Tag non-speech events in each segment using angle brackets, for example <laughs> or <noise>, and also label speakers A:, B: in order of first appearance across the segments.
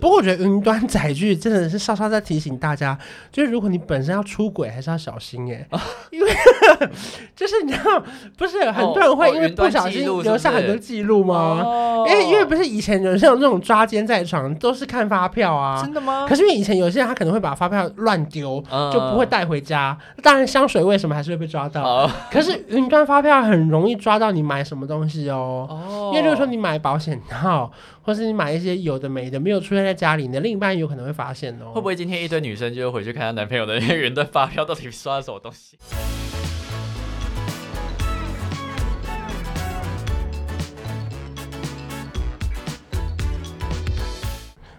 A: 不过我觉得云端载具真的是稍稍在提醒大家，就是如果你本身要出轨，还是要小心哎、
B: 哦
A: 因为 <laughs> 就是你知道，不是很多人会
B: 哦
A: 因为
B: 云
A: 不
B: 端
A: 小
B: 记
A: 心
B: 录是
A: 留
B: 不
A: 下很
B: 是
A: 多记录吗？哎
B: 哦
A: 因为因为不是以前有像这种抓奸在床都是看发票啊
B: 真，的吗？
A: 可是因为以前有些人他可能会把发票乱丢，
B: 嗯
A: 就不会带回家。当然香水为什么还是会被抓到？
B: 哦
A: 可是云端发票很容易抓到你买什么东西哦。
B: 哦
A: 因为如果说你买保险套，或是你买一些有的没的，没有出现在家里，你的另一半有可能会发现哦。
B: 会不会今天一堆女生就回去看她男朋友的那个云端发票到底刷了什么东西？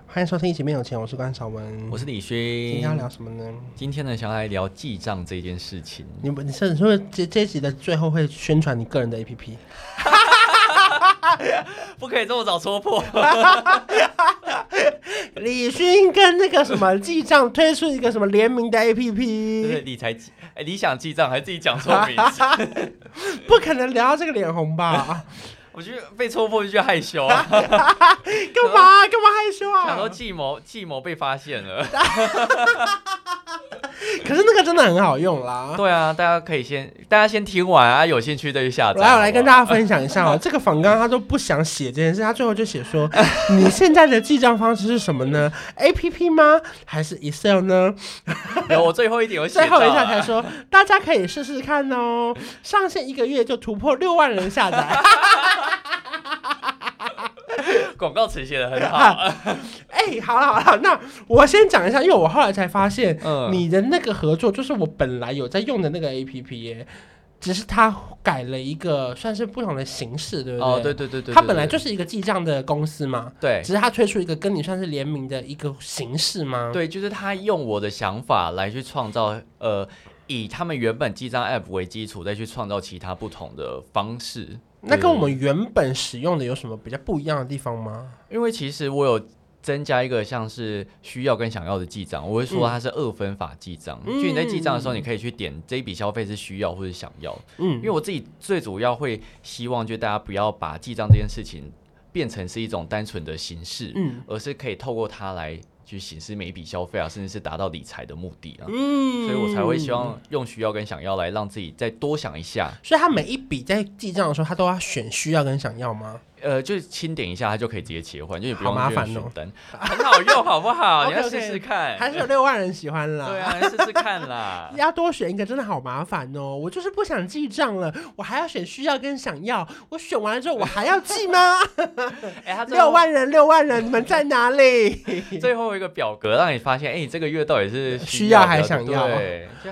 A: 欢迎收听《一起变有钱》，我是关少文。
B: 我是李
A: 今天
B: 勋
A: 要，聊什么呢？
B: 今天呢想要来聊记账这件事情。
A: 你们你甚至会这这一集的最后会宣传你个人的 APP，
B: 不可以这么早戳破。
A: <laughs> 李勋跟那个什么记账推出一个什么联名的
B: <laughs> 对
A: APP，
B: 理财记，哎、理想记账还自己讲错名 <laughs> 字，
A: 不可能聊到这个脸红
B: <laughs>
A: 吧？
B: 我觉得被戳破就觉得害羞啊， <laughs>
A: 干嘛干嘛害羞
B: 想说
A: 啊？
B: 计谋计谋被发现了。
A: 可是那个真的很好用啦。
B: 对啊，大家可以先，大家先听完啊，有兴趣再去下载。
A: 来，我来跟大
B: 家，
A: 家分享一下
B: <laughs>
A: 哦，这个访刚他都不想写这件事，他最后就写说，你现在的记账方式是什么呢？A P P 吗？还是 Excel 呢？
B: 有我最后一点有写
A: <laughs> 最
B: 到、
A: 后
B: 啊，
A: 一下才说，大家可以试试看
B: <laughs>
A: 哦，上线一个月就突破六万人下载。
B: 广告词写的很好。
A: <laughs> 哎，好了好了，那我先讲一下，因为我后来才发现，
B: 嗯
A: 你的那个合作就是我本来有在用的那个 A P P 耶，只是它改了一个算是不同的形式，对不对？
B: 哦，对对对对对，
A: 它本来
B: 对
A: 就是一个记账的公司嘛。
B: 对
A: 只是他推出一个跟你算是联名的一个形式吗？
B: 对，就是他用我的想法来去创造，呃，以他们原本记账 app 为基础，再去创造其他不同的方式。
A: 那跟我
B: 对
A: 们原本使用的有什么比较不一样的地方吗？
B: 因为其实我有增加一个像是需要跟想要的记账，我会说它是二分法记账，
A: 嗯
B: 就你在记账的时候，你可以去点这一笔消费是需要或者想要。
A: 嗯
B: 因为我自己最主要会希望，就大家不要把记账这件事情变成是一种单纯的形式，
A: 嗯
B: 而是可以透过它来去显示每一笔消费啊，甚至是达到理财的目的啊。
A: 嗯
B: 所以我才会希。望用需要跟想要来让自己再多想一下，
A: 所以他每一笔在记账的时候，他都要选需要跟想要吗？
B: 呃，就是轻点一下，它就可以直接切换，就你不用
A: 好麻
B: 去
A: 烦
B: 选
A: 哦
B: 单，很好用，好不好？你要
A: OK，OK
B: 试试看，
A: 还是有六万人喜欢啦？。
B: 对。啊，试试看啦
A: 要多选一个真的好麻烦哦！我就是不想记账了，我还要选需要跟想要。我选完了之后，我还要记吗？
B: 哎、 <laughs> 他最
A: 六
B: 后
A: 万人，六万人，你们在哪里？
B: 最后一个表格让你发现，哎、你这个月到底是
A: 需要还
B: 的
A: 想要
B: 对，就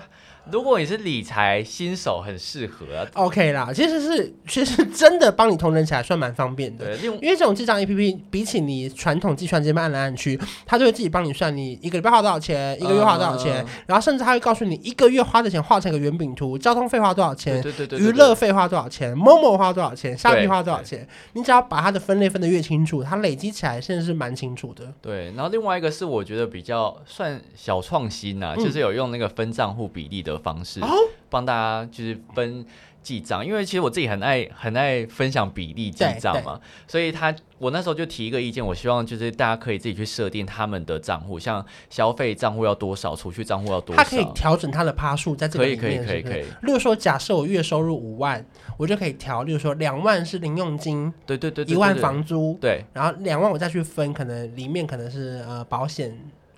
B: 如果你是理财新手，很适合、啊。
A: OK 啦，其实是其实真的帮你同整起来算蛮方便的。
B: 对，另
A: 因为这种记账 A P P，比起你传统计算机按来按去，它就会自己帮你算你一个礼拜花多少钱，一个月花多少钱，
B: 嗯
A: 然后甚至它会告诉你一个月花的钱画成一个圆饼图，交通费花多少
B: 对
A: 钱，
B: 对对对，
A: 娱
B: 对
A: 乐费花多少钱，某某花多少钱，虾皮
B: 对
A: 花多少钱，你只要把它的分类分得越清楚，它累积起来甚至是蛮清楚的。
B: 对，然后另外一个是我觉得比较算小创新呐、
A: 嗯
B: 就是有用那个分账户比例的方式
A: 哦，
B: 帮大家就是分记账，因为其实我自己很爱很爱分享比例记
A: 对
B: 账
A: 对
B: 嘛，所以他我那时候就提一个意见，我希望就是大家可以自己去设定他们的账户，像消费账户要多少，储蓄账户要多
A: 它可以
B: 少，
A: 调整它的趴数，在这个
B: 可以
A: 里
B: 可以
A: 面
B: 可
A: 是
B: 以
A: 不
B: 可
A: 是？
B: 以，
A: 例如说，假设我月收入五万，我就可以调，例如说两万是零用金，
B: 对对对，对
A: 一万
B: 对
A: 房租，
B: 对
A: 然后两万我再去分，可能里面可能是呃保险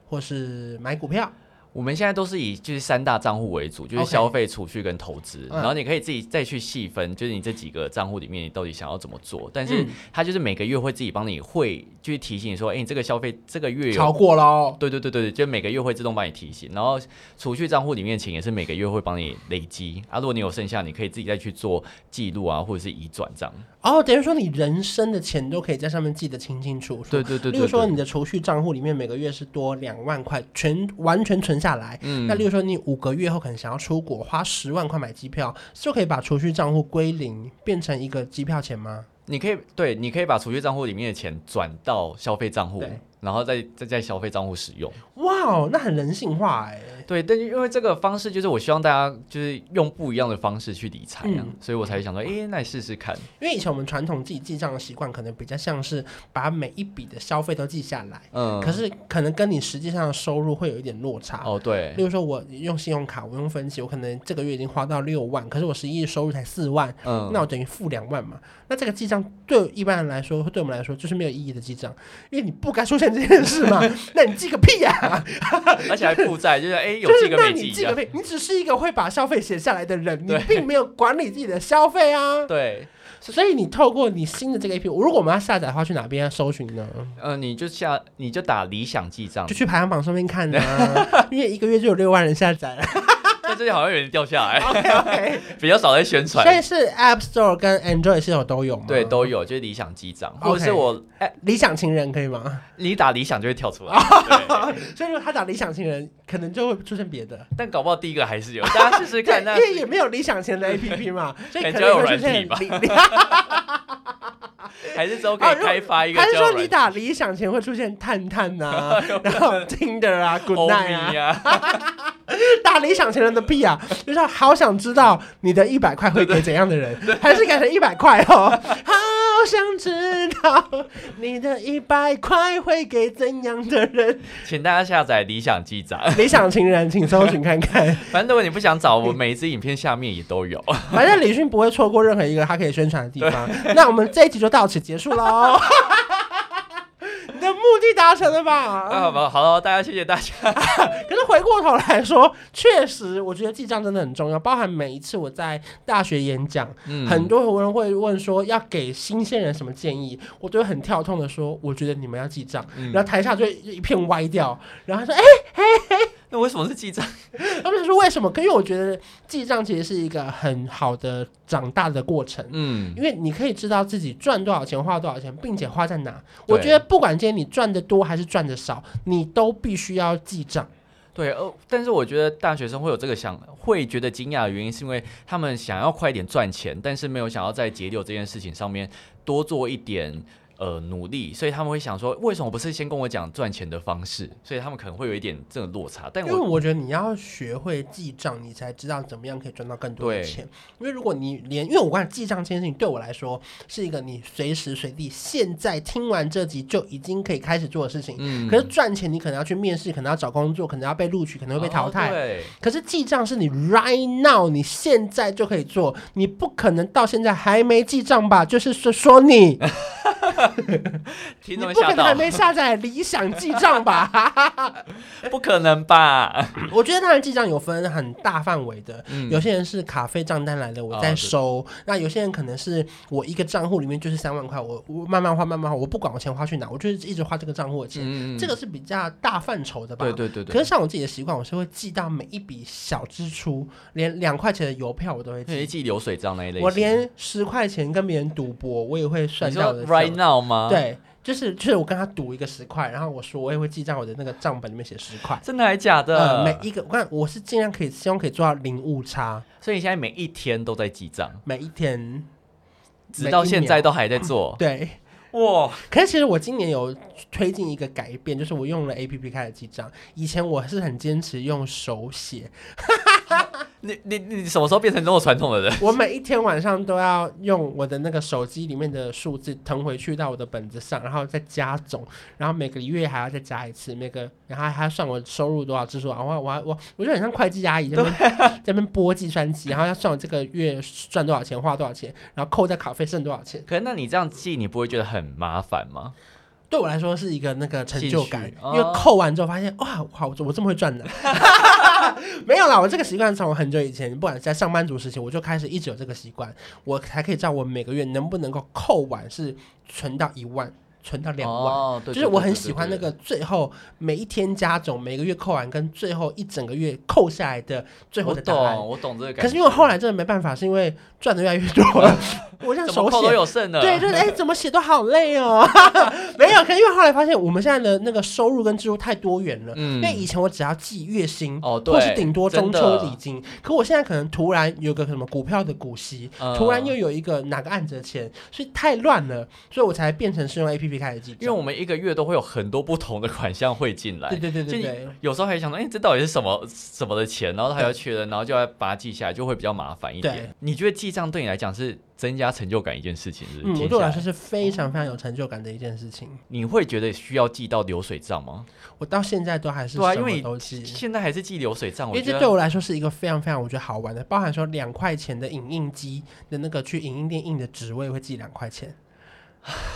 A: 或是买股票。
B: 我们现在都是以就是三大账户为主，就是
A: OK
B: 消费、储蓄跟投资。
A: 嗯
B: 然后你可以自己再去细分，就是你这几个账户里面你到底想要怎么做。但是
A: 嗯
B: 它就是每个月会自己帮你会，就是提醒你说，哎、你这个消费这个月
A: 超
B: 有。
A: 过喽。
B: 对对对对，就每个月会自动帮你提醒，然后储蓄账户里面钱也是每个月会帮你累积啊。如果你有剩下，你可以自己再去做记录啊，或者是移转账。
A: 哦，等于说你人生的钱都可以在上面记得清清楚楚。
B: 对对对
A: 例
B: 对
A: 如说
B: 对，
A: 你的储蓄账户里面每个月是多两万块，全完全存下来。
B: 嗯
A: 那例如说你五个月后可能想要出国，花十万块买机票，就可以把储蓄账户归零，变成一个机票钱吗？
B: 你可以对，你可以把储蓄账户里面的钱转到消费账户
A: 对，
B: 然后再再在消费账户使用。
A: 哇哦，那很人性化哎、
B: 对，但因为这个方式，就是我希望大家就是用不一样的方式去理财啊，
A: 嗯
B: 所以我才想说，哎、那你试试看。
A: 因为以前我们传统自己记账的习惯，可能比较像是把每一笔的消费都记下来，
B: 嗯，
A: 可是可能跟你实际上的收入会有一点落差。
B: 哦，对
A: 例，如说，我用信用卡，我用分期，我可能这个月已经花到六万，可是我实际收入才四万，
B: 嗯，
A: 那我等于负两万嘛。那这个记账对一般人来说，对我们来说就是没有意义的记账，因为你不该出现这件事
B: <laughs>
A: 嘛。那你记个屁呀、
B: 而且还负债，就是哎、诶 <laughs> 有
A: 就
B: 记
A: 是
B: 跟
A: 那
B: 没
A: 你
B: 一
A: 记
B: 样
A: 个。屁，你只是一个会把消费写下来的人，
B: <laughs>
A: 你
B: 对
A: 并没有管理自己的消费啊。
B: 对，
A: 所以你透过你新的这个 A P P，如果我们要下载的话，去哪边搜寻呢？
B: 呃，你就下你就打理想记账
A: 就，去排行榜上面看啊，因为一个月就有六万人下载了。
B: 但最近好像有点掉下来，
A: OK OK，
B: 比较少在宣传
A: 所。以是 App Store 跟 Android 系统都有吗？
B: 对，都有，就是理想记账，
A: OK
B: 或者是我哎、
A: 理想情人可以吗？
B: 你打理想就会跳出来。对
A: 所以如果他打理想情人，可能就会出现别的。
B: 但搞不好第一个还是有，大家试试看。那
A: 对因为也没有理想
B: <laughs>
A: 情人的 APP 嘛，所以可
B: 可
A: 能
B: 能交友
A: 会出
B: 软
A: 现
B: 体吧 <laughs>
A: 理理
B: 还是之后可
A: 啊
B: 以
A: 如果
B: 开发一个
A: 还是
B: 交友
A: 说你
B: 软
A: 打理想前会出现探探呐、
B: <laughs>
A: 啊，然后 Tinder 啊、Good
B: 欧
A: Night 啊
B: 米，啊， <laughs>
A: 打理想前人的屁啊！就是好想知道你的一百块会给怎样的人，还是改成一百块哦？ <laughs> 好想知道你的一百块会给怎样的人？
B: 请大家下载理想记账。 <laughs>
A: 理想情人，请搜寻看看。
B: 反正如果你不想找，
A: 嗯
B: 我每一支影片下面也都有。
A: 反正李迅不会错过任何一个他可以宣传的地
B: <laughs>
A: 方。那我们这一集就到此结束喽。你的目的达成了吧？
B: 啊， <laughs> 好，好，大家谢谢大家。
A: 可是回过头来说，确实，我觉得记账真的很重要。包含每一次我在大学演讲，
B: 嗯
A: 很多人会问说要给新鲜人什么建议，我都会很跳痛的说，我觉得你们要记账。
B: 嗯
A: 然后台下就一片歪掉，然后他说：“
B: 那为什么
A: <laughs>
B: 是记账？
A: 哎，他们说为什么？因为我觉得记账其实是一个很好的长大的过程，
B: 嗯
A: 因为你可以知道自己赚多少钱，花多少钱，并且花在哪。我
B: 对
A: 觉得不管今天你赚的多还是赚的少，你都必须要记账。
B: 对，呃，但是我觉得大学生会有这个想，会觉得惊讶的原因，是因为他们想要快一点赚钱，但是没有想要在节流这件事情上面多做一点呃努力，所以他们会想说，为什么不是先跟我讲赚钱的方式？所以他们可能会有一点这种落差。但
A: 因为
B: 我
A: 我觉得你要学会记账，你才知道怎么样可以赚到更多的
B: 对
A: 钱。因为如果你连，因为我感觉记账这件事情对我来说是一个你随时随地现在听完这集就已经可以开始做的事情。
B: 嗯
A: 可是赚钱，你可能要去面试，可能要找工作，可能要被录取，可能会被淘汰。
B: 哦对，
A: 可是记账是你 right now，你现在就可以做，你不可能到现在还没记账吧？就是说说你，你
B: 听
A: 不
B: 众会
A: 可
B: 吓
A: 能还
B: 到，
A: 没下载理想记账吧？
B: <laughs> 不可能
A: <laughs>
B: 吧？
A: 我觉得当然记账有分很大范围的，
B: 嗯
A: 有些人是卡费账单来的，我
B: 哦
A: 再
B: 对
A: 收；那有些人可能是我一个账户里面就是三万块，我我慢慢花，慢慢花，我不管我钱花去哪，我就是一直花这个账户的钱。
B: 嗯
A: 这个是比较大范畴的吧？
B: 对对对对
A: 可，是像我自己的习惯，我是会记到每一笔小支出，连两块钱的邮票我都会
B: 可以
A: 记，
B: 记流水账那一类型。
A: 我连十块钱跟别人赌博，我也会算
B: 你
A: 到
B: 说
A: 我的账
B: right now 吗？，
A: 对，就是就是我跟他赌一个十块，然后我说我也会记在我的那个账本里面写十块。
B: 真的还假
A: 呃，
B: 的？
A: 每一个我看我是尽量可以希望可以做到零误差，
B: 所以你现在每一天都在记账，
A: 每一天，
B: 直到现在
A: 每一秒。
B: 都还
A: <laughs>
B: 在做。
A: 对，
B: 哇，
A: 可是其实我今年有推进一个改变，就是我用了 A P P 开始记账。以前我是很坚持用手写，
B: 你你你什么时候变成这么传统的人？
A: <laughs> 我每一天晚上都要用我的那个手机里面的数字腾回去到我的本子上，然后再加总，然后每个月还要再加一次，每个然后还要算我收入多少支出，然后我还我我就很像会计阿姨在那边、在那边拨计算机，然后要算我这个月赚多少钱，花多少钱，然后扣在卡费剩多少钱。
B: 可是那你这样记，你不会觉得很麻烦吗？
A: 对我来说是一个那个成就感
B: 兴趣，
A: 因
B: 哦
A: 为扣完之后发现哇，好，我这么会赚的。 <laughs> 没有啦，我这个习惯从很久以前，不管在上班族时期，我就开始一直有这个习惯，我才可以知道我每个月能不能够扣完是存到一万，存到两万。
B: 哦，对
A: 就是我很喜欢那个最后每一天加总，每个月扣完跟最后一整个月扣下来的最后
B: 我
A: 的答案。
B: 懂，我懂这个感觉。
A: 可是因为我后来真的没办法，是因为赚的越来越多了， <laughs> 我这样
B: 怎
A: 手
B: 么扣
A: 写
B: 都有剩的，
A: 对，就是哎、怎么写都好累哦。 <laughs> 没有，可是因为后来发现我们现在的那个收入跟支出太多元了。
B: 嗯
A: 因为以前我只要记月薪，
B: 哦对
A: 或是顶多中
B: 真
A: 秋
B: 的
A: 礼金，可我现在可能突然有个什么股票的股息，
B: 嗯
A: 突然又有一个哪个案子的钱，所以太乱了，所以我才变成是用 A P P APP 开始记账，
B: 因为我们一个月都会有很多不同的款项会进来
A: 对，对对对
B: 就
A: 对，
B: 有时候还想说，哎、这到底是什么什么的钱？然后他要确认，然后就要把它记下来，就会比较麻烦一
A: 对
B: 点。你觉得记账对你来讲是增加成就感一件事情，是
A: 嗯，
B: 不是？
A: 我
B: 听
A: 对我
B: 下
A: 来
B: 来哦
A: 说是非常非常有成就感的一件事情。
B: 你会觉得需要记到流水账吗？
A: 我到现在都还是
B: 对啊
A: 什
B: 因为
A: 么都记，
B: 现在还是记流水账，
A: 因
B: 哦我
A: 为
B: 觉
A: 这对
B: 得
A: 我来说是一个非常非常我觉得好玩的，包含说两块钱的影印机的那个去影印店印的纸，我也会记两块钱。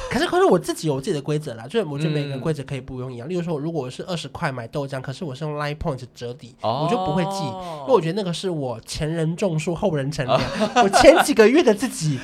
A: 可是，可是我自己有我自己的规则啦，就是我觉得每个人
B: 嗯
A: 规则可以不用一样。例如说，如果我是二十块买豆浆，可是我是用 Line Point 折抵，
B: 哦
A: 我就不会记，因为我觉得那个是我前人种树，后人乘凉，我前几个月的自
B: <laughs>
A: 己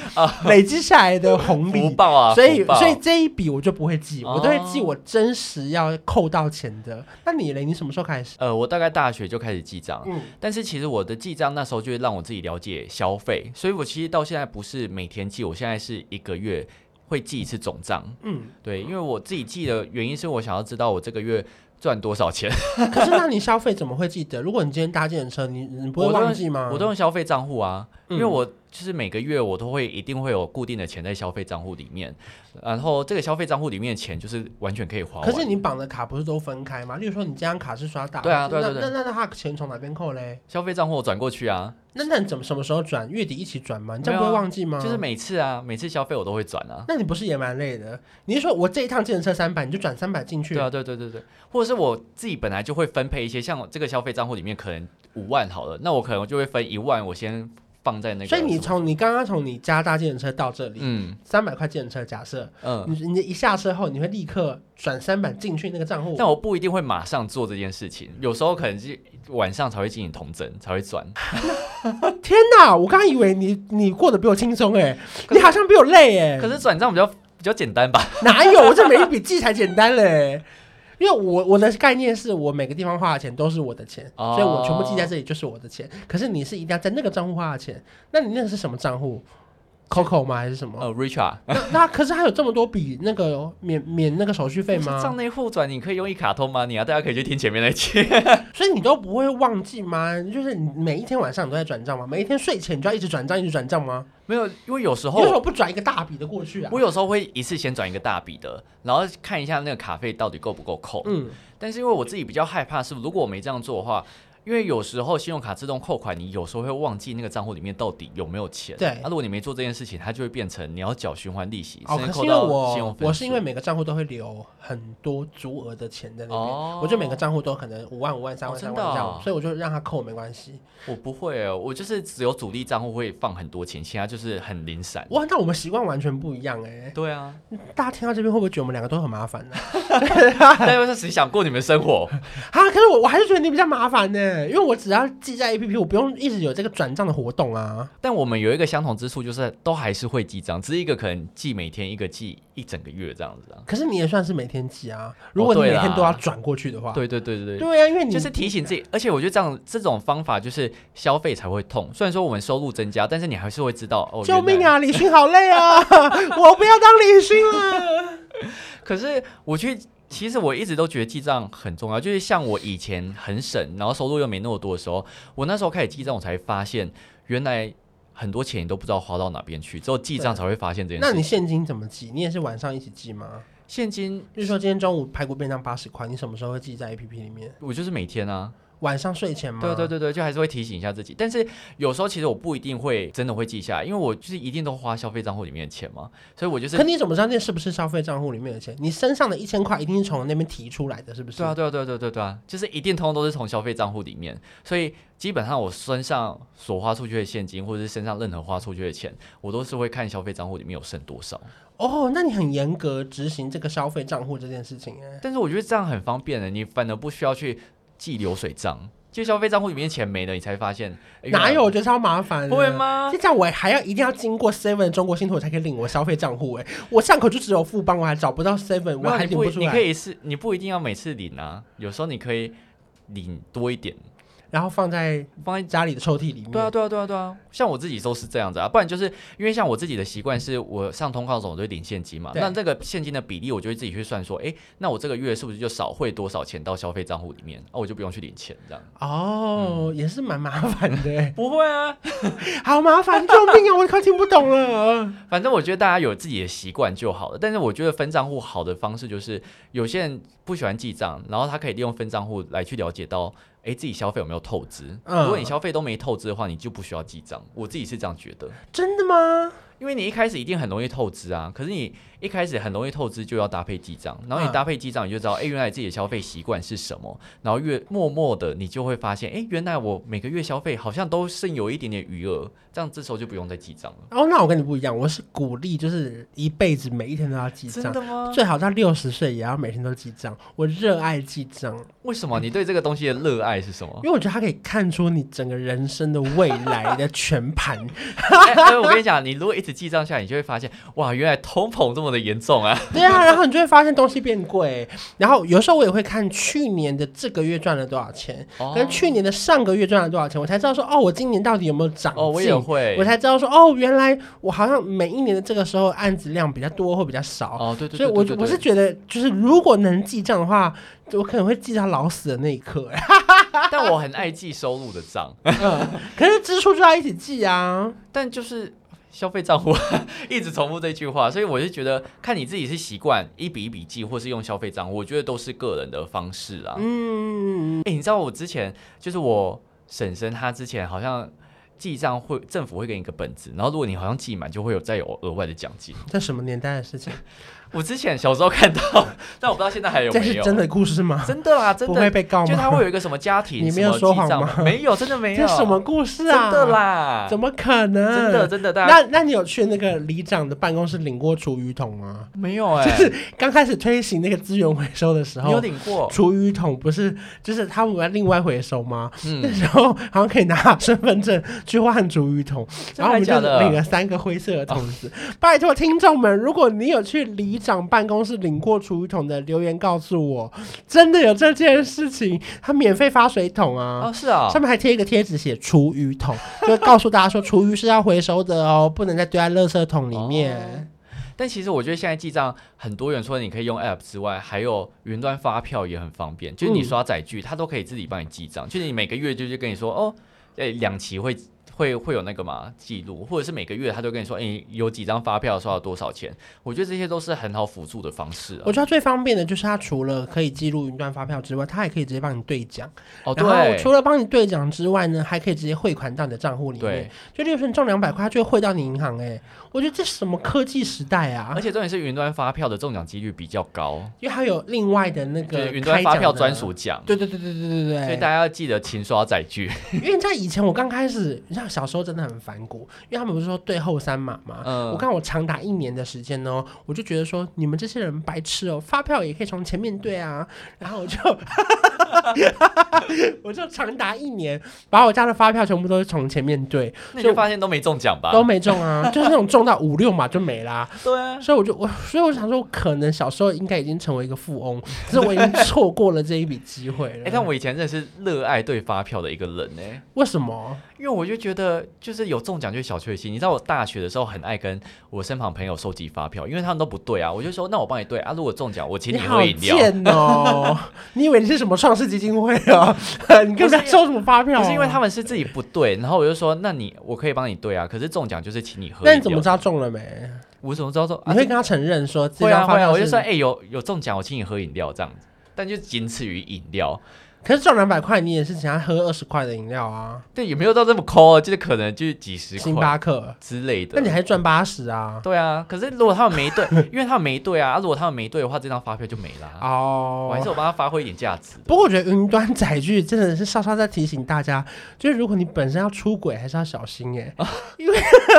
A: 累积下来的红利
B: 福。报啊，
A: 所以
B: 福，报
A: 所以这一笔我就不会记，我都会记
B: 哦
A: 我真实要扣到钱的。那你嘞？你什么时候开始？
B: 呃，我大概大学就开始记账，
A: 嗯
B: 但是其实我的记账那时候就会让我自己了解消费，所以我其实到现在不是每天记，我现在是一个月会记一次总账。
A: 嗯。
B: 对，因为我自己记的原因是我想要知道我这个月赚多少钱，
A: 可是那你消费怎么会记得？如果你今天搭计程车，你你不会
B: 我都
A: 忘记吗？
B: <laughs> 我都用消费账户啊，因为
A: 嗯
B: 我就是每个月我都会一定会有固定的钱在消费账户里面，然后这个消费账户里面的钱就是完全可以花完。
A: 可是你绑的卡不是都分开吗？例如说你这张卡是刷大，
B: 对啊对啊对啊
A: 那那那他钱从哪边扣嘞？
B: 消费账户我转过去啊，
A: 那那你怎么什么时候转？月底一起转吗？你这样不
B: 没有
A: 会
B: 啊
A: 忘记吗？
B: 就是每次啊，每次消费我都会转啊。
A: 那你不是也蛮累的？你是说我这一趟计程车三百，你就转三百进去
B: 对？啊，对对对对，或者是我自己本来就会分配一些，像我这个消费账户里面可能五万好了，那我可能就会分一万，我先放在那个什
A: 所以
B: 么。
A: 你从你刚刚从你家搭计程车到这里，
B: 嗯
A: 三百块计程车假设，
B: 嗯，
A: 你你一下车后，你会立刻转三百进去那个账户。
B: 但我不一定会马上做这件事情，有时候可能是晚上才会进行同整，才会转。
A: 天哪！我刚以为你你过得比我轻松哎，你好像比我累哎。
B: 可是转账比较比较简单吧？
A: <laughs> 哪有？我这每一笔记才简单嘞、因为我我的概念是我每个地方花的钱都是我的钱，
B: 哦
A: 所以我全部记在这里就是我的钱。可是你是一定要在那个账户花的钱，那你那个是什么账户？Coco 吗？还是什么？
B: 呃，Richard，
A: 那那可是还有这么多笔那个免免那个手续费
B: 账
A: 吗？
B: 内互转你可以用一卡通吗？你啊，大家可以去听前面那期。
A: 所以你都不会忘记吗？就是你每一天晚上你都在转账吗？每一天睡前你就要一直转账一直转账吗？
B: <laughs> 没有，因为有时
A: 你为什
B: 候
A: 么不转一个大笔的过去啊？
B: 我有时候会一次先转一个大笔的，然后看一下那个卡费到底够不够扣。
A: 嗯，
B: 但是因为我自己比较害怕是，如果我没这样做的话，因为有时候信用卡自动扣款，你有时候会忘记那个账户里面到底有没有钱。
A: 对
B: 那、如果你没做这件事情，它就会变成你要缴循环利息，
A: 哦，
B: 甚
A: 可是
B: 至扣
A: 因为
B: 到信用
A: 我
B: 分数。
A: 我是因为每个账户都会留很多足额的钱在那边，
B: 哦
A: 我就每个账户都可能五万、五万、三万、
B: 哦
A: 三
B: 真
A: 万
B: 的
A: 这
B: 哦
A: 样，所以我就让他扣没关系。
B: 我不会哦，我就是只有主力账户会放很多钱，其他就是很零散。
A: 哇，那我们习惯完全不一样哎、
B: 对啊，
A: 大家听到这边会不会觉得我们两个都很麻烦呢、
B: 但又是谁想过你们生活？ <laughs>
A: 啊，可是我我还是觉得你比较麻烦呢、因为我只要记在 APP，我不用一直有这个转账的活动啊。
B: 但我们有一个相同之处，就是都还是会记账，只是一个可能记每天，一个记一整个月这样子啊。
A: 可是你也算是每天记啊，如果你
B: 哦对
A: 每
B: 啦
A: 天都要转过去的话，
B: 对对对对对，
A: 对啊，因为你
B: 就是提醒自己，而且我觉得这样这种方法就是消费才会痛。虽然说我们收入增加，但是你还是会知道哦，
A: 救命
B: 原来！
A: 啊，李勋好累啊， <laughs> 我不要当李勋了。
B: 可是我去，其实我一直都觉得记账很重要，就是像我以前很省，然后收入又没那么多的时候，我那时候开始记账，我才发现原来很多钱你都不知道花到哪边去，只有记账才会发现这件
A: 那
B: 事。
A: 你现金怎么记？你也是晚上一起记吗？
B: 现金
A: 例如说今天中午排骨便当八十块，你什么时候会记在 APP 里面？
B: 我就是每天啊，
A: 晚上睡前吗？
B: 对对对对，就还是会提醒一下自己。但是有时候其实我不一定会真的会记下来，因为我就是一定都花消费账户里面的钱嘛，所以我就是
A: 可你怎么知道那是不是消费账户里面的钱？你身上的一千块一定是从那边提出来的，是不是？
B: 对啊，对啊，对啊，对啊对啊对啊，就是一定通通都是从消费账户里面，所以基本上我身上所花出去的现金，或者是身上任何花出去的钱，我都是会看消费账户里面有剩多少。
A: 哦，那你很严格执行这个消费账户这件事情哎。
B: 但是我觉得这样很方便的，欸你反而不需要去记流水账，就消费账户里面钱没了，你才发现、诶
A: 哪？
B: 哎原
A: 有？啊
B: 来
A: 我觉得超麻烦。
B: 会？吗
A: 就？这样，我还要一定要经过 Seven 中国信托，我才可以领我消费账户。哎，我上口就只有富邦，我还找不到 Seven，
B: 没
A: 我
B: 有
A: 还
B: 你
A: 领
B: 不一，
A: 出
B: 你可
A: 来。
B: 以是，你不一定要每次领啊，有时候你可以领多一点。
A: 然后放在
B: 放在
A: 家里的抽屉里面。
B: 对啊，对啊，对啊，对啊，像我自己都是这样子啊，不然就是因为像我自己的习惯是我上通告的时候我就会领现金嘛，
A: 对
B: 那这个现金的比例我就会自己去算说，哎，那我这个月是不是就少汇多少钱到消费账户里面，啊，我就不用去领钱这样。
A: 哦，
B: 嗯
A: 也是蛮麻烦的欸，
B: 不会啊，
A: 好麻烦，救命啊！我快听不懂了。
B: 反正我觉得大家有自己的习惯就好了。但是我觉得分账户好的方式就是，有些人不喜欢记账，然后他可以利用分账户来去了解到，哎，自己消费有没有透支。
A: 嗯
B: 如果你消费都没透支的话，你就不需要记账。我自己是这样觉得。
A: 真的吗？
B: 因为你一开始一定很容易透支啊，可是你一开始很容易透支，就要搭配记账，然后你
A: 嗯
B: 搭配记账，你就知道，哎、原来自己的消费习惯是什么，然后越默默的，你就会发现，哎、原来我每个月消费好像都剩有一点点余额，这样这时候就不用再记账了。
A: 哦，那我跟你不一样，我是鼓励，就是一辈子每一天都要记账，
B: 的吗？
A: 最好到六十岁也要每天都记账。我热爱记账，
B: 为什么你对这个东西的热爱是什么
A: <laughs> 因？为我觉得它可以看出你整个人生的未来的全
B: <laughs>
A: 盘。
B: 哎哎我跟你讲，你如果一直记账下来，你就会发现，哇，原来通膨这么的严重啊！
A: 对啊，然后你就会发现东西变贵。然后有时候我也会看去年的这个月赚了多少钱，
B: 哦
A: 跟去年的上个月赚了多少钱，我才知道说哦，我今年到底有没有涨进。
B: 哦，我也会
A: 我，才知道说哦，原来我好像每一年的这个时候案子量比较多或比较少，
B: 哦，对对对
A: 所以我
B: 对对
A: 我
B: 对
A: 是觉得就是如果能记账的话，我可能会记到老死的那一刻、哎
B: 但我很爱记收入的账。
A: 嗯可是支出就要一起记啊。
B: 但就是消费账户 <laughs> 一直重复这句话，所以我就觉得看你自己是习惯一笔一笔记，或是用消费账户，我觉得都是个人的方式啊。嗯，哎、你知道我之前就是我婶婶她之前好像。记账会政府会给你一个本子，然后如果你好像记满，就会有再有额外的奖金。
A: 这什么年代的事情？
B: 我之前小时候看到， <laughs> 但我不知道现在还有
A: 这
B: 没
A: 是
B: 有。
A: 真的故事吗？
B: 真的啊，真
A: 不会
B: 的，
A: 被告
B: 就
A: 吗？
B: 他会有一个什么家庭
A: 你
B: 什
A: 没有
B: 么
A: 说
B: 记
A: 谎
B: 账
A: 吗
B: 本没有，真的没有，
A: <laughs> 这什么故事啊？
B: 真的啦，
A: 怎么可能？
B: 真的真的，大家
A: 那那你有去那个里长的办公室领过厨余桶吗？
B: 没有哎、
A: 刚开始推行那个资源回收的时
B: 你有
A: 候，
B: 领过？
A: 厨余桶不是就是他们要另外回收吗？那
B: 嗯，
A: <laughs> 时候好像可以拿身份证去换厨余桶，然
B: 真
A: 后我
B: 的
A: 们就
B: 假
A: 领
B: 的？哦
A: 了三个灰色的桶子。拜托听众们，如果你有去里长办公室领过厨余桶的，留言告诉我，真的有这件事情，他免费发水桶啊。
B: <laughs> 哦，是啊、
A: 上面还贴一个贴纸，写“厨余桶”，就告诉大家说厨余是要回收的哦，不能再丢在垃圾桶里
B: 哦
A: 面。
B: 但其实我觉得现在记账很多元，除了你可以用 App 之外，还有云端发票也很方便。就是你
A: 嗯
B: 刷载具，它都可以自己帮你记账。就是你每个月就是跟你说，哦，诶、两期会会会有那个嘛记录，或者是每个月他就跟你说，诶、有几张发票刷了多少钱。我觉得这些都是很好辅助的方式啊
A: 我。觉得最方便的就是它除了可以记录云端发票之外，它还可以直接帮你兑奖。
B: 哦，
A: 然后
B: 对，
A: 除了帮你兑奖之外呢，还可以直接汇款到你的账户里面就
B: 对。，
A: 例如说你中两百块，它就会汇到你银行、欸。哎，我觉得这是什么科技时代啊
B: 而！且重点是云端发票的中奖几率比较高，
A: 因为它有另外的那
B: 就
A: 个
B: 是云端发
A: 开奖
B: 票
A: 的
B: 专。属奖。
A: 对对对对对对
B: 所
A: 对
B: 以大家要记得勤刷载具。
A: 因为在以前我刚开始，你像小时候真的很反骨，因为他们不是说对后三码嘛，
B: 嗯，
A: <laughs> 我看我长达一年的时间呢，我就觉得说你们这些人白痴哦，发票也可以从前面对啊，然后我就，我就长达一年把我家的发票全部都是从前面对，
B: 那嗯你就发现都没中奖吧？
A: 都没中啊，就是那种中到五六码就没啦。
B: 对啊，
A: 所以我就我，所以我想说，我可能小时候应该已经成为一个富翁，只是我已经错过了这一笔机会
B: <laughs> 哎、
A: 了。
B: 但我以前真的是热爱对发票的一个人呢、
A: 为什么？
B: 因为我就觉得就是有中奖就是小确幸。你知道我大学的时候很爱跟我身旁朋友收集发票，因为他们都不对啊，我就说那我帮你对啊，如果中奖我请
A: 你
B: 喝
A: 好
B: 饮料。
A: 贱 <laughs> 哦！你以为你是什么创世基金会啊？ <laughs> 你跟人家收什么发票、啊
B: 不是因为他。们是自己不对，然后我就说那你我可以帮你对啊，可是中奖就是请你喝饮料。
A: 那你怎么知道中了没？
B: 我怎么知道中？
A: 你
B: 啊
A: 会跟他承认说这
B: 会啊
A: 张发
B: 会啊，
A: 票
B: 我就是说哎、有有中奖我请你喝饮料这样子，但就仅此于饮料。
A: 可是中两百块，你也是请他喝二十块的饮料啊，
B: 对，也没有到这么抠、啊，就是可能就是几十
A: 星
B: 块
A: 巴克，
B: 之类的。
A: 那你还赚八十啊？
B: 对啊，可是如果他们没
A: <laughs>
B: 对，因为他们没对啊，啊如果他们没对的话，这张发票就没啦。我还是
A: 哦。
B: 有帮他发挥一点价值的。
A: 不过我觉得云端载具真的是稍稍在提醒大家，就是如果你本身要出轨，还是要小心
B: <laughs>
A: 哎、
B: 哦
A: 因为 <laughs>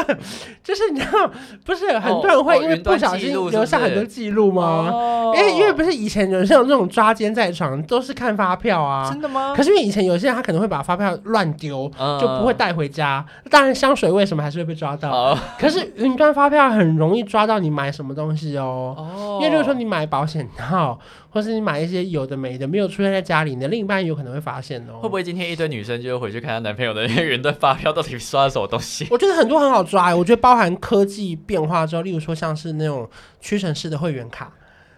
A: 就是你知道，不是很多人会
B: 哦
A: 因为
B: 云
A: 不
B: 端
A: 小
B: 记
A: 心
B: 录是不
A: 留下很
B: 是
A: 多记录吗？
B: 哦
A: 因为因为不是以前有像这种抓奸在床都是看发票啊，啊。
B: 真的吗？
A: 可是因为以前有些人他可能会把发票乱丢，
B: 嗯
A: 就不会带回家。当然香水为什么还是会被抓到？
B: 哦
A: 可是云端发票很容易抓到你买什么东西哦。
B: 哦
A: 因为如果说你买保险套，或是你买一些有的没的，没有出现在家里，你的另一半有可能会发现哦。
B: 会不会今天一堆女生就回去看她男朋友的那个云端发票到底刷了什么东西？
A: 我觉得很多很好抓、欸，我觉得包含科技变化之后，例如说像是那种屈臣氏的会员卡，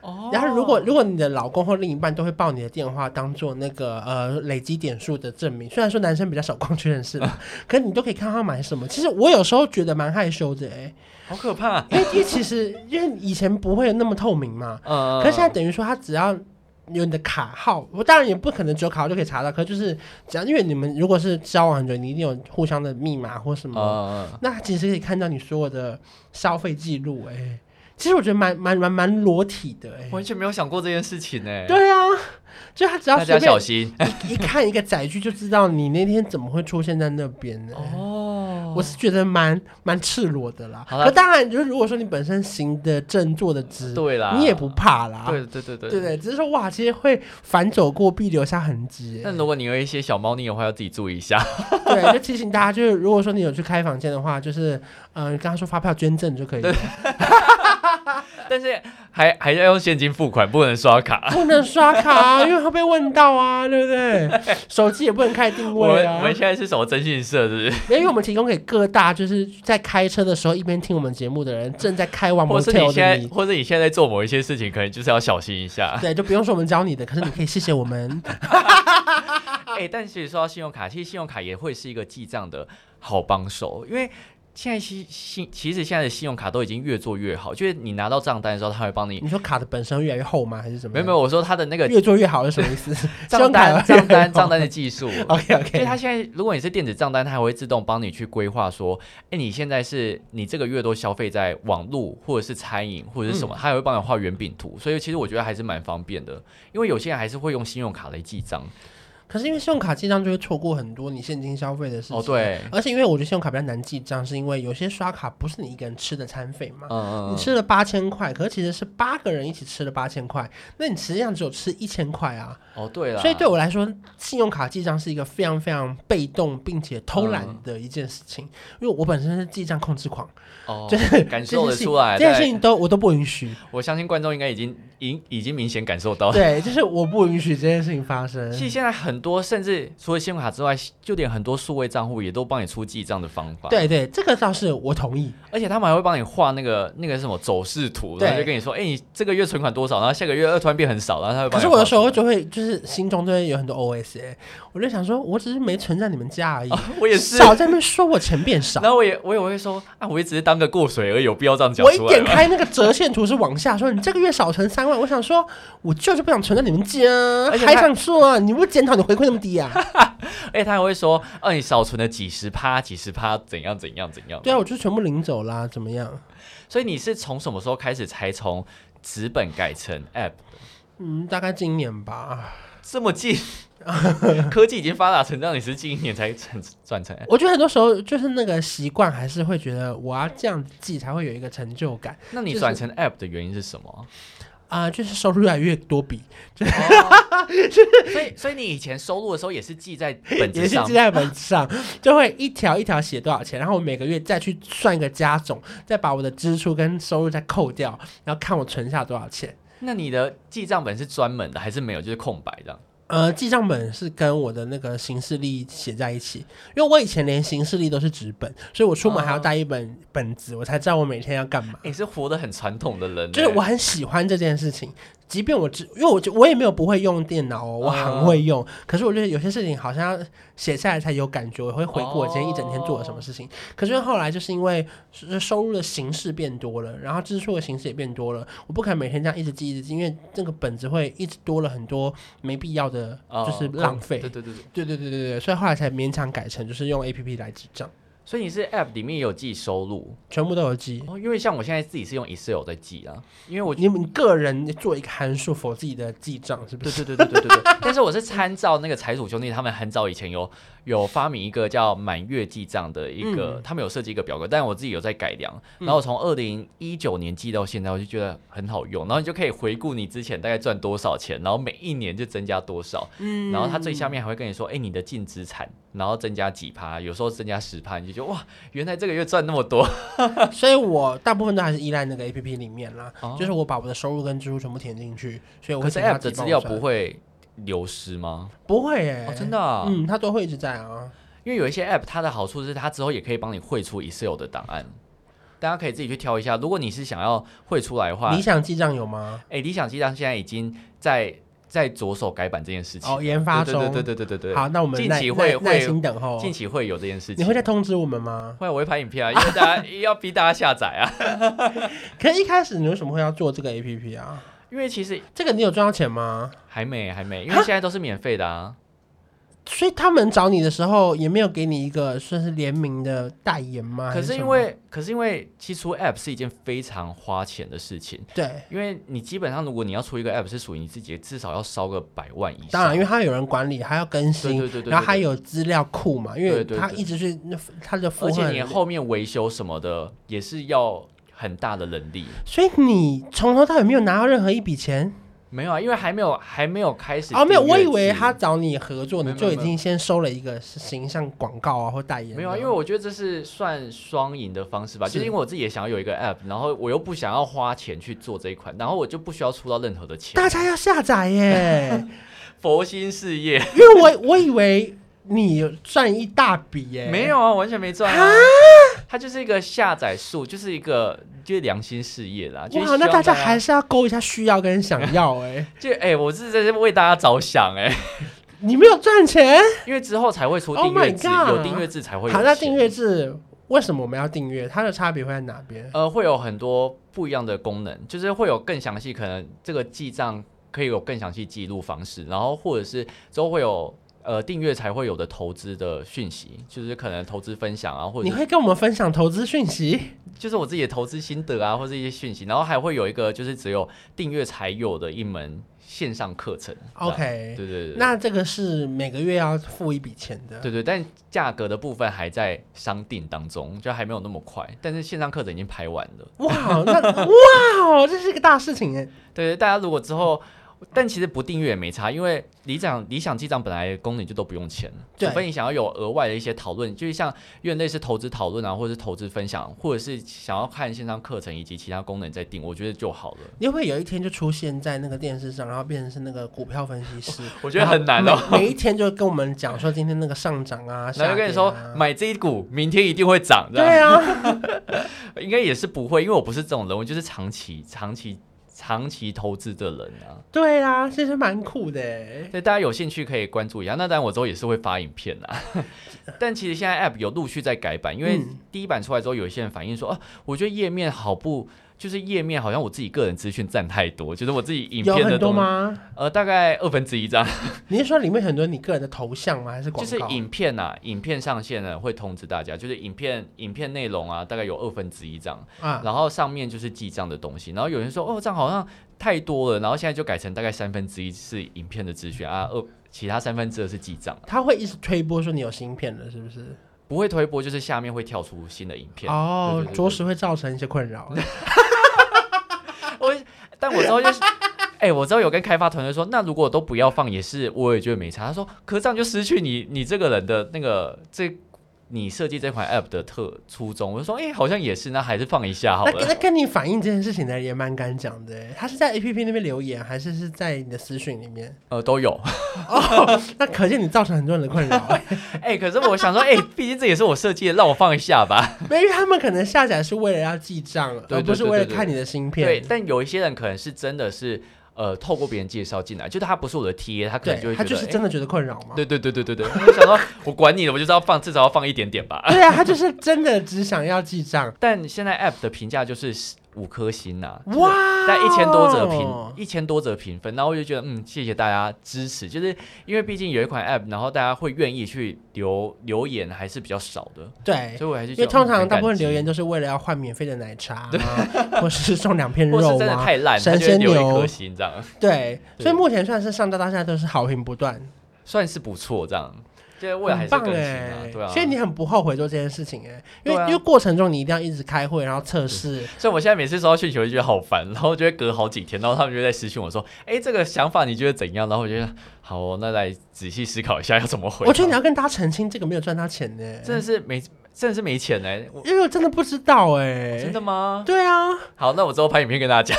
B: 哦
A: 然后如果如果你的老公或另一半都会报你的电话当做那个呃累积点数的证明，虽然说男生比较少逛屈臣氏
B: <laughs>
A: 啦，可你都可以看他买什么。其实我有时候觉得蛮害羞的、欸，
B: 好可怕，
A: 因为因为其实因为以前不会那么透明嘛，
B: 嗯，
A: 可是现在等于说他只要。有你的卡号，我当然也不可能只有卡号就可以查到，可就是只要因为你们如果是交往很久，你一定有互相的密码或什么
B: 嗯，嗯
A: 那他其实可以看到你所有的消费记录，哎，其实我觉得蛮蛮蛮蛮裸体的，哎
B: 嗯，完全没有想过这件事情呢。，
A: 对啊，就他只要
B: 大
A: 随
B: 家小
A: 便
B: 心
A: 一看一个载具就知道你那天怎么会出现在那边呢？
B: <laughs> 哦
A: 我是觉得蛮蛮赤裸的啦，
B: 好啦
A: 可当然就是如果说你本身行的正坐的直，
B: 对啦，
A: 你也不怕啦，
B: 对对对对
A: 对对，只是说哇，其实会反走过必留下痕迹，哎
B: 但如果你有一些小猫腻的话，要自己注意一下。
A: <laughs> 对，就提醒大家，就是如果说你有去开房间的话，就是嗯，跟他说发票捐赠就可以了。
B: 但是还还要用现金付款，不能刷卡。
A: <laughs> 不能刷卡、啊，因为会被问到啊，对不对？手机也不能开定
B: 我
A: 位
B: 们
A: 啊
B: 我，们现在是什么征信社，是不是？
A: 因为我们提供给各大就是在开车的时候一边听我们节目的人，正在开往
B: 或是你
A: motel 的
B: 现在，
A: 你，啊
B: 或是你现在在做某一些事情，可能就是要小心一下。
A: 对，就不用说我们教你的，可是你可以谢谢我们。
B: 哎、但其实说到信用卡，其实信用卡也会是一个记账的好帮手，因为现在信信其实现在的信用卡都已经越做越好，就是你拿到账单的时候，他会帮 <laughs> 你。
A: 你说卡的本身越来越厚吗？还是怎么
B: 没有
A: 样？
B: 没有，我说他的那个
A: 越做越好是什么意思？信
B: 账
A: 用卡
B: 单
A: 越来
B: 账
A: 越 <laughs>
B: 单
A: 厚
B: 账单的技术，
A: OK
B: 所以
A: OK，
B: 它现在，如果你是电子账单，它还会自动帮你去规划说，哎，你现在是你这个月都消费在网络或者是餐饮或者
A: 嗯
B: 是什么，它还会帮你画圆饼图。所以其实我觉得还是蛮方便的，因为有些人还是会用信用卡来记账。
A: 可是因为信用卡记账就会错过很多你现金消费的事情。
B: 哦，。对，
A: 而且因为我觉得信用卡比较难记账，是因为有些刷卡不是你一个人吃的餐费嘛
B: 嗯，嗯
A: 你
B: 嗯，
A: 吃了八千块，可是其实是八个人一起吃了八千块，那你实际上只有吃一千块啊。
B: 哦对了，
A: 所以对我来说，信用卡记账是一个非常非常被动并且偷懒
B: 嗯
A: 的一件事情，因为我本身是记账控制狂，
B: 哦，
A: 就是
B: 感
A: 这件
B: 受得
A: 事情
B: 出来。
A: 这件事
B: 对，
A: 情都我都不允许，
B: 我相信观众应该已经已经已经明显感受到。
A: 对，就是我不允许这件事情发生。
B: 其实现在很多，甚至除了信用卡之外，就连很多数位账户也都帮你出记账的方法。
A: 对对，这个倒是我同意。
B: 而且他们还会帮你画那个那个什么走势图，
A: 对
B: 然后就跟你说，哎、你这个月存款多少，然后下个月呃突然变很少，然后他会
A: 可
B: 帮你
A: 是
B: 画。
A: 我有
B: <laughs>
A: 时候就会，就是心中就会有很多 OS，、欸、我就想说，我只是没存在你们家而已，
B: 哦我也是，
A: 少在那边说我钱变少。
B: 然后我也我也会说啊，我也只是当个过水而已，有必要这样讲
A: 我一
B: 出来
A: 点
B: 吗？
A: 开那个折线图是往下，说你这个月少存三万，我想说，我就是不想存在你们家，
B: 而且
A: 还
B: 他
A: 想说啊，你不检讨你回馈那么低啊？
B: 哎、他还会说，啊，你少存了几十趴，几十趴，怎样怎样怎样。
A: 对啊，我就全部领走啦，怎么样？
B: 所以你是从什么时候开始才从纸本改成 App？
A: 嗯，大概今年吧，
B: 这么近， <laughs> 科技已经发达成这样，你是近一年才转转成 App？
A: 我觉得很多时候就是那个习惯，还是会觉得我要这样记才会有一个成就感
B: 那你
A: 就是
B: 转成 App 的原因是什么？
A: 啊、就是收入越来越多笔，
B: 哦 <laughs> 所以，所以你以前收入的时候也是记在本
A: 也
B: 子
A: 是
B: 上
A: 记在本子上，就会一条一条写多少钱，然后我每个月再去算一个加总，再把我的支出跟收入再扣掉，然后看我存下多少钱。
B: 那你的记账本是专门的还是没有？就是空白这样？
A: 呃，记账本是跟我的那个行事历写在一起，因为我以前连行事历都是纸本，所以我出门还要带一本本子，我才知道我每天要干嘛。
B: 你、哎是活得很传统的人、欸，
A: 就是我很喜欢这件事情，即便我知，因为我就我也没有不会用电脑哦，我很会用，可是我觉得有些事情好像要写下来才有感觉，我会回顾我今天一整天做了什么事情。可是后来就是因为是收入的形式变多了，然后支出的形式也变多了，我不可能每天这样一直记一直记，因为这个本子会一直多了很多没必要的，
B: 哦
A: 就是浪费。
B: 对对对对。
A: 对对对对对，所以后来才勉强改成就是用 A P P 来记账。
B: 所以你是 App 里面有记收入，
A: 全部都有记。
B: 哦，因为像我现在自己是用 Excel 在记啊，因为我
A: 你你个人做一个函数否自己的记账，是不
B: 对
A: 是？
B: 对对对对对 <laughs> 对。但是我是参照那个财鼠兄弟，他们很早以前有有发明一个叫满月记账的一个，
A: 嗯
B: 他们有设计一个表格，但我自己有在改良。然后我从二零一九年记到现在，我就觉得很好用。然后你就可以回顾你之前大概赚多少钱，然后每一年就增加多少。
A: 嗯
B: 然后它最下面还会跟你说，哎、你的净资产，然后增加几趴，有时候增加十趴，你就觉得哇，原来这个月赚那么多。
A: 所以我大部分都还是依赖那个 A P P 里面啦，
B: 哦
A: 就是我把我的收入跟支出全部填进去，所以我
B: 可
A: 会
B: 是
A: 请他
B: App 的
A: 自己帮
B: 资
A: 我
B: 料
A: 算
B: 不会流失吗？
A: 不会耶、
B: 哦，真的、啊，
A: 嗯，它都会一直在啊。
B: 因为有一些 App 它的好处是它之后也可以帮你汇出 Excel 的档案，大家可以自己去挑一下。如果你是想要汇出来的话
A: 理，想记账有吗？
B: 哎，理想记账现在已经在在着手改版这件事情，
A: 哦，研发
B: 对
A: 中。
B: 对对对对对对对，
A: 好，那我们
B: 近
A: 耐
B: 期会
A: 耐
B: 会
A: 耐心等候。
B: 近期会有这件事
A: 你
B: 情
A: 会。再通知我们吗？
B: 会，我会拍影片啊，因为大家要逼大家下载啊。 <laughs>
A: 可是一开始你为什么会要做这个 A P P 啊？
B: 因为其实
A: 这个你有赚到钱吗？
B: 还没还没，因为现在都是免费的啊。
A: 所以他们找你的时候也没有给你一个算是联名的代言吗？还
B: 可
A: 是
B: 是
A: 什
B: 因
A: 么
B: 为可是因为其实出 App 是一件非常花钱的事情，
A: 对，
B: 因为你基本上如果你要出一个 App 是属于你自己的，至少要烧个百万以上。
A: 当然因为它有人管理，还要更
B: 对
A: 新，
B: 对对对，
A: 然后还
B: 对
A: 有资料库嘛，因为
B: 对对
A: 它
B: 对
A: 一直是它的负
B: 而且
A: 荷
B: 你
A: 很
B: 后面维修什么的也是要很大的能力。
A: 所以你从头到尾没有拿到任何一笔钱
B: 没有啊，因为还没有还没有开始
A: 哦，没有，
B: 订阅
A: 我以为
B: 制
A: 他找你合作，
B: 没有
A: 你就已
B: 没有没
A: 经先收了一个形象广告啊或代言。
B: 没有啊，因为我觉得这是算双赢的方式吧，
A: 是
B: 就是因为我自己也想要有一个 app，然后我又不想要花钱去做这一款，然后我就不需要出到任何的钱，
A: <laughs> 大家要下载
B: <laughs>
A: 耶，
B: 佛心事业
A: 因为我我以为你赚一大笔耶，
B: 没有啊，完全没赚啊，它就是一个下载数，就是一个就是良心事业啦，就是希
A: 哇，
B: 望
A: 那大
B: 大
A: 家还是要勾一下需要跟想要
B: <laughs>
A: 哎，
B: 就哎、我是在这为大家着想哎、
A: 你没有赚钱，
B: 因为之后才会出
A: Oh
B: 订阅制
A: my god
B: 有订阅制才会有
A: 好，那
B: 钱
A: 订阅制为什么我们要订阅？它的差别会在哪边？
B: 呃，会有很多不一样的功能，就是会有更详细，可能这个记账可以有更详细记录方式，然后或者是之后会有呃订阅才会有的投资的讯息，就是可能投资分享啊，或者
A: 你
B: 是
A: 会跟我们分享投资讯息？
B: 就是我自己的投资心得啊，或者一些讯息，然后还会有一个就是只有订阅才有的一门线上课程。这样
A: OK，
B: 啊对对对对，
A: 那这个是每个月要付一笔钱的。
B: 对对，但价格的部分还在商定当中，就还没有那么快，但是线上课程已经排完了。
A: 哇，
B: <laughs>
A: 那哇，这是一个大事情哎。
B: 对，大家如果之后，但其实不订阅也没差，因为理想理想记账本来功能就都不用钱，除
A: 对
B: 非你想要有额外的一些讨论，就是像因为类似投资讨论啊，或者是投资分享，或者是想要看线上课程以及其他功能再定，我觉得就好了。
A: 你会不会有一天就出现在那个电视上，然后变成是那个股票分析师？
B: 我觉得很 <laughs> 难哦
A: 然后每每一天就跟我们讲说今天那个上涨啊，
B: 然后就 <laughs> 跟你
A: 下
B: 说
A: 跌啊
B: 买这一股，明天一定会涨，这样
A: 对啊，
B: <laughs> 应该也是不会，因为我不是这种人，我就是长期长期长期投资的人啊。
A: 对啊，其实蛮酷的哎。
B: 对，大家有兴趣可以关注一下。那当然，我之后也是会发影片啦。 <laughs> 但其实现在 App 有陆续在改版，因为
A: 嗯
B: 第一版出来之后，有一些人反映说，啊，我觉得页面好不，就是页面好像我自己个人资讯占太多，就是我自己影
A: 有
B: 片的
A: 很多
B: 东西，
A: 吗？哦
B: 呃，大概二分之一张， <laughs>
A: 你是说里面很多你个人的头像吗？还是广
B: 就
A: 告？
B: 是影片呐、啊，影片上线了会通知大家，就是影片影片内容啊，大概有二分之一张，
A: 啊，
B: 然后上面就是记账的东西，然后有人说，哦，这样好像太多了，然后现在就改成大概三分之一是影片的资讯啊，二其他三分之二是记账。
A: 他会一直推播说你有芯片了，是不是？
B: 不会推播，就是下面会跳出新的影片。
A: 哦
B: 对对，对
A: 着实会造成一些困扰。
B: 我但我之后就是， <laughs> 哎、我之后有跟开发团队说，那如果都不要放，也是我也觉得没差。他说，可是这样就失去你你这个人的那个这你设计这款 app 的特初衷。我就说，哎、好像也是，那还是放一下好
A: 那跟
B: 了。
A: 那跟你反映这件事情的人也蛮敢讲的欸，他是在 A P P 那边留言，还是是在你的私讯里面？
B: 呃，都有。 <laughs>
A: 哦，那可见你造成很多人的困扰欸，
B: 哎、可是我想说，哎、毕竟这也是我设计的，让我放一下
A: <laughs>
B: 吧。
A: 因为他们可能下载是为了要记账，
B: 对
A: 而
B: 对
A: 不是为了
B: 对对对
A: 看你的芯
B: 对
A: 片，。
B: 但有一些人可能是真的是呃，透过别人介绍进来，就是他不是我的 TA，他可能就
A: 对，
B: 会
A: 他
B: 觉得，
A: 就是
B: 哎
A: 真的觉得困扰嘛。
B: 对对对对对对，我想说，我管你的，我就是要放，至少要放一点点吧。 <laughs>
A: 对啊，他就是真的只想要记账。
B: 但现在 App 的评价就是五颗星呐、就是
A: 哇，
B: 在一千多则
A: 哦
B: 评，一千多则评分，然后我就觉得，嗯，谢谢大家支持，就是因为毕竟有一款 app，然后大家会愿意去留留言还是比较少的，
A: 对。
B: 所以我还是
A: 哎因
B: 觉
A: 为
B: 得
A: 通
B: 嗯
A: 常
B: 很
A: 大
B: 感
A: 部分
B: 激
A: 留言都是为了要换免费的奶茶、啊， <laughs> 或是送两片
B: 或是
A: 肉
B: 真的
A: 啊，
B: 太烂，他
A: 神
B: 就会
A: 仙
B: 留一
A: 牛
B: 颗星这样，
A: 对，
B: 对
A: 所以目前算是上到大家都是好评不断，
B: 算是不错这样，就是未来还
A: 很
B: 是要
A: 棒
B: 更新
A: 哎、
B: 啊，对啊。
A: 所以你很不后悔做这件事情哎、因为、
B: 对啊
A: 因为过程中你一定要一直开会，然后测试，
B: 所以我现在每次收到讯息，我就觉得好烦，然后就会隔好几天，然后他们就在私讯我说：“哎、这个想法你觉得怎样？”然后我就觉得好、哦，那来仔细思考一下要怎么回答。
A: 我觉得你要跟大家澄清这个没有赚到钱呢、
B: 真的是没，真的是没钱哎、我
A: 因为我真的不知道哎、
B: 真的吗？
A: 对啊，
B: 好，那我之后拍影片跟大家讲，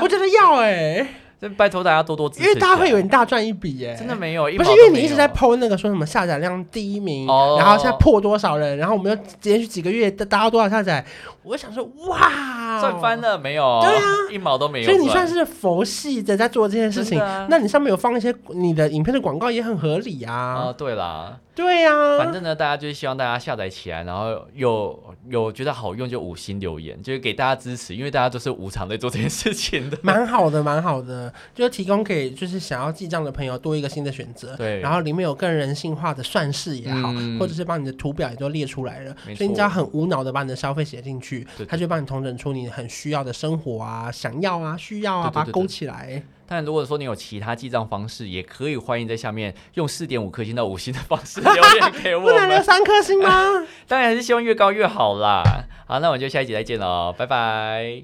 A: 我觉得要哎、
B: <laughs> 真拜托大家多多支持
A: 因
B: 一下。
A: 为大家会以为你大赚一笔哎、
B: 真的。没有，
A: 不是
B: 毛
A: 因
B: 都
A: 为你
B: 没
A: 一直在
B: 有
A: PO 那个说什么下载量第一名，
B: 哦
A: 然后现在破多少人，然后我们又连续几个月达到多少下载，我想说哇，
B: 赚翻了没有？
A: 啊对
B: 啊，一毛都没有
A: 所
B: 赚。
A: 以你算是佛系的在做这件事
B: 真
A: 情
B: 的啊，
A: 那你上面有放一些你的影片的广告也很合理啊
B: 啊，，对啊啦，
A: 对呀，
B: 反正呢，大家就是希望大家下载起来，然后有有觉得好用就五星留言，就是给大家支持，因为大家都是无偿在做这件事情的。
A: <laughs> 蛮好的，蛮好的，就提供给就是想要记账的朋友多一个新的选择。
B: 对
A: 然后里面有更人性化的算式也好，
B: 嗯
A: 或者是把你的图表也都列出来了，
B: 没
A: 所以你
B: 错
A: 只要很无脑的把你的消费写进去，
B: 对对
A: 它就帮你统整出你很需要的生活啊、想要啊、需要啊，
B: 对对
A: 把它
B: 对
A: 勾
B: 对
A: 起来。
B: 但如果说你有其他记账方式，也可以欢迎在下面用四点五颗星到五星的方式留言给我
A: <laughs> 不能留
B: 们。
A: 三颗星吗？
B: 当然还是希望越高越好啦。好，那我们就下一集再见喽，拜拜。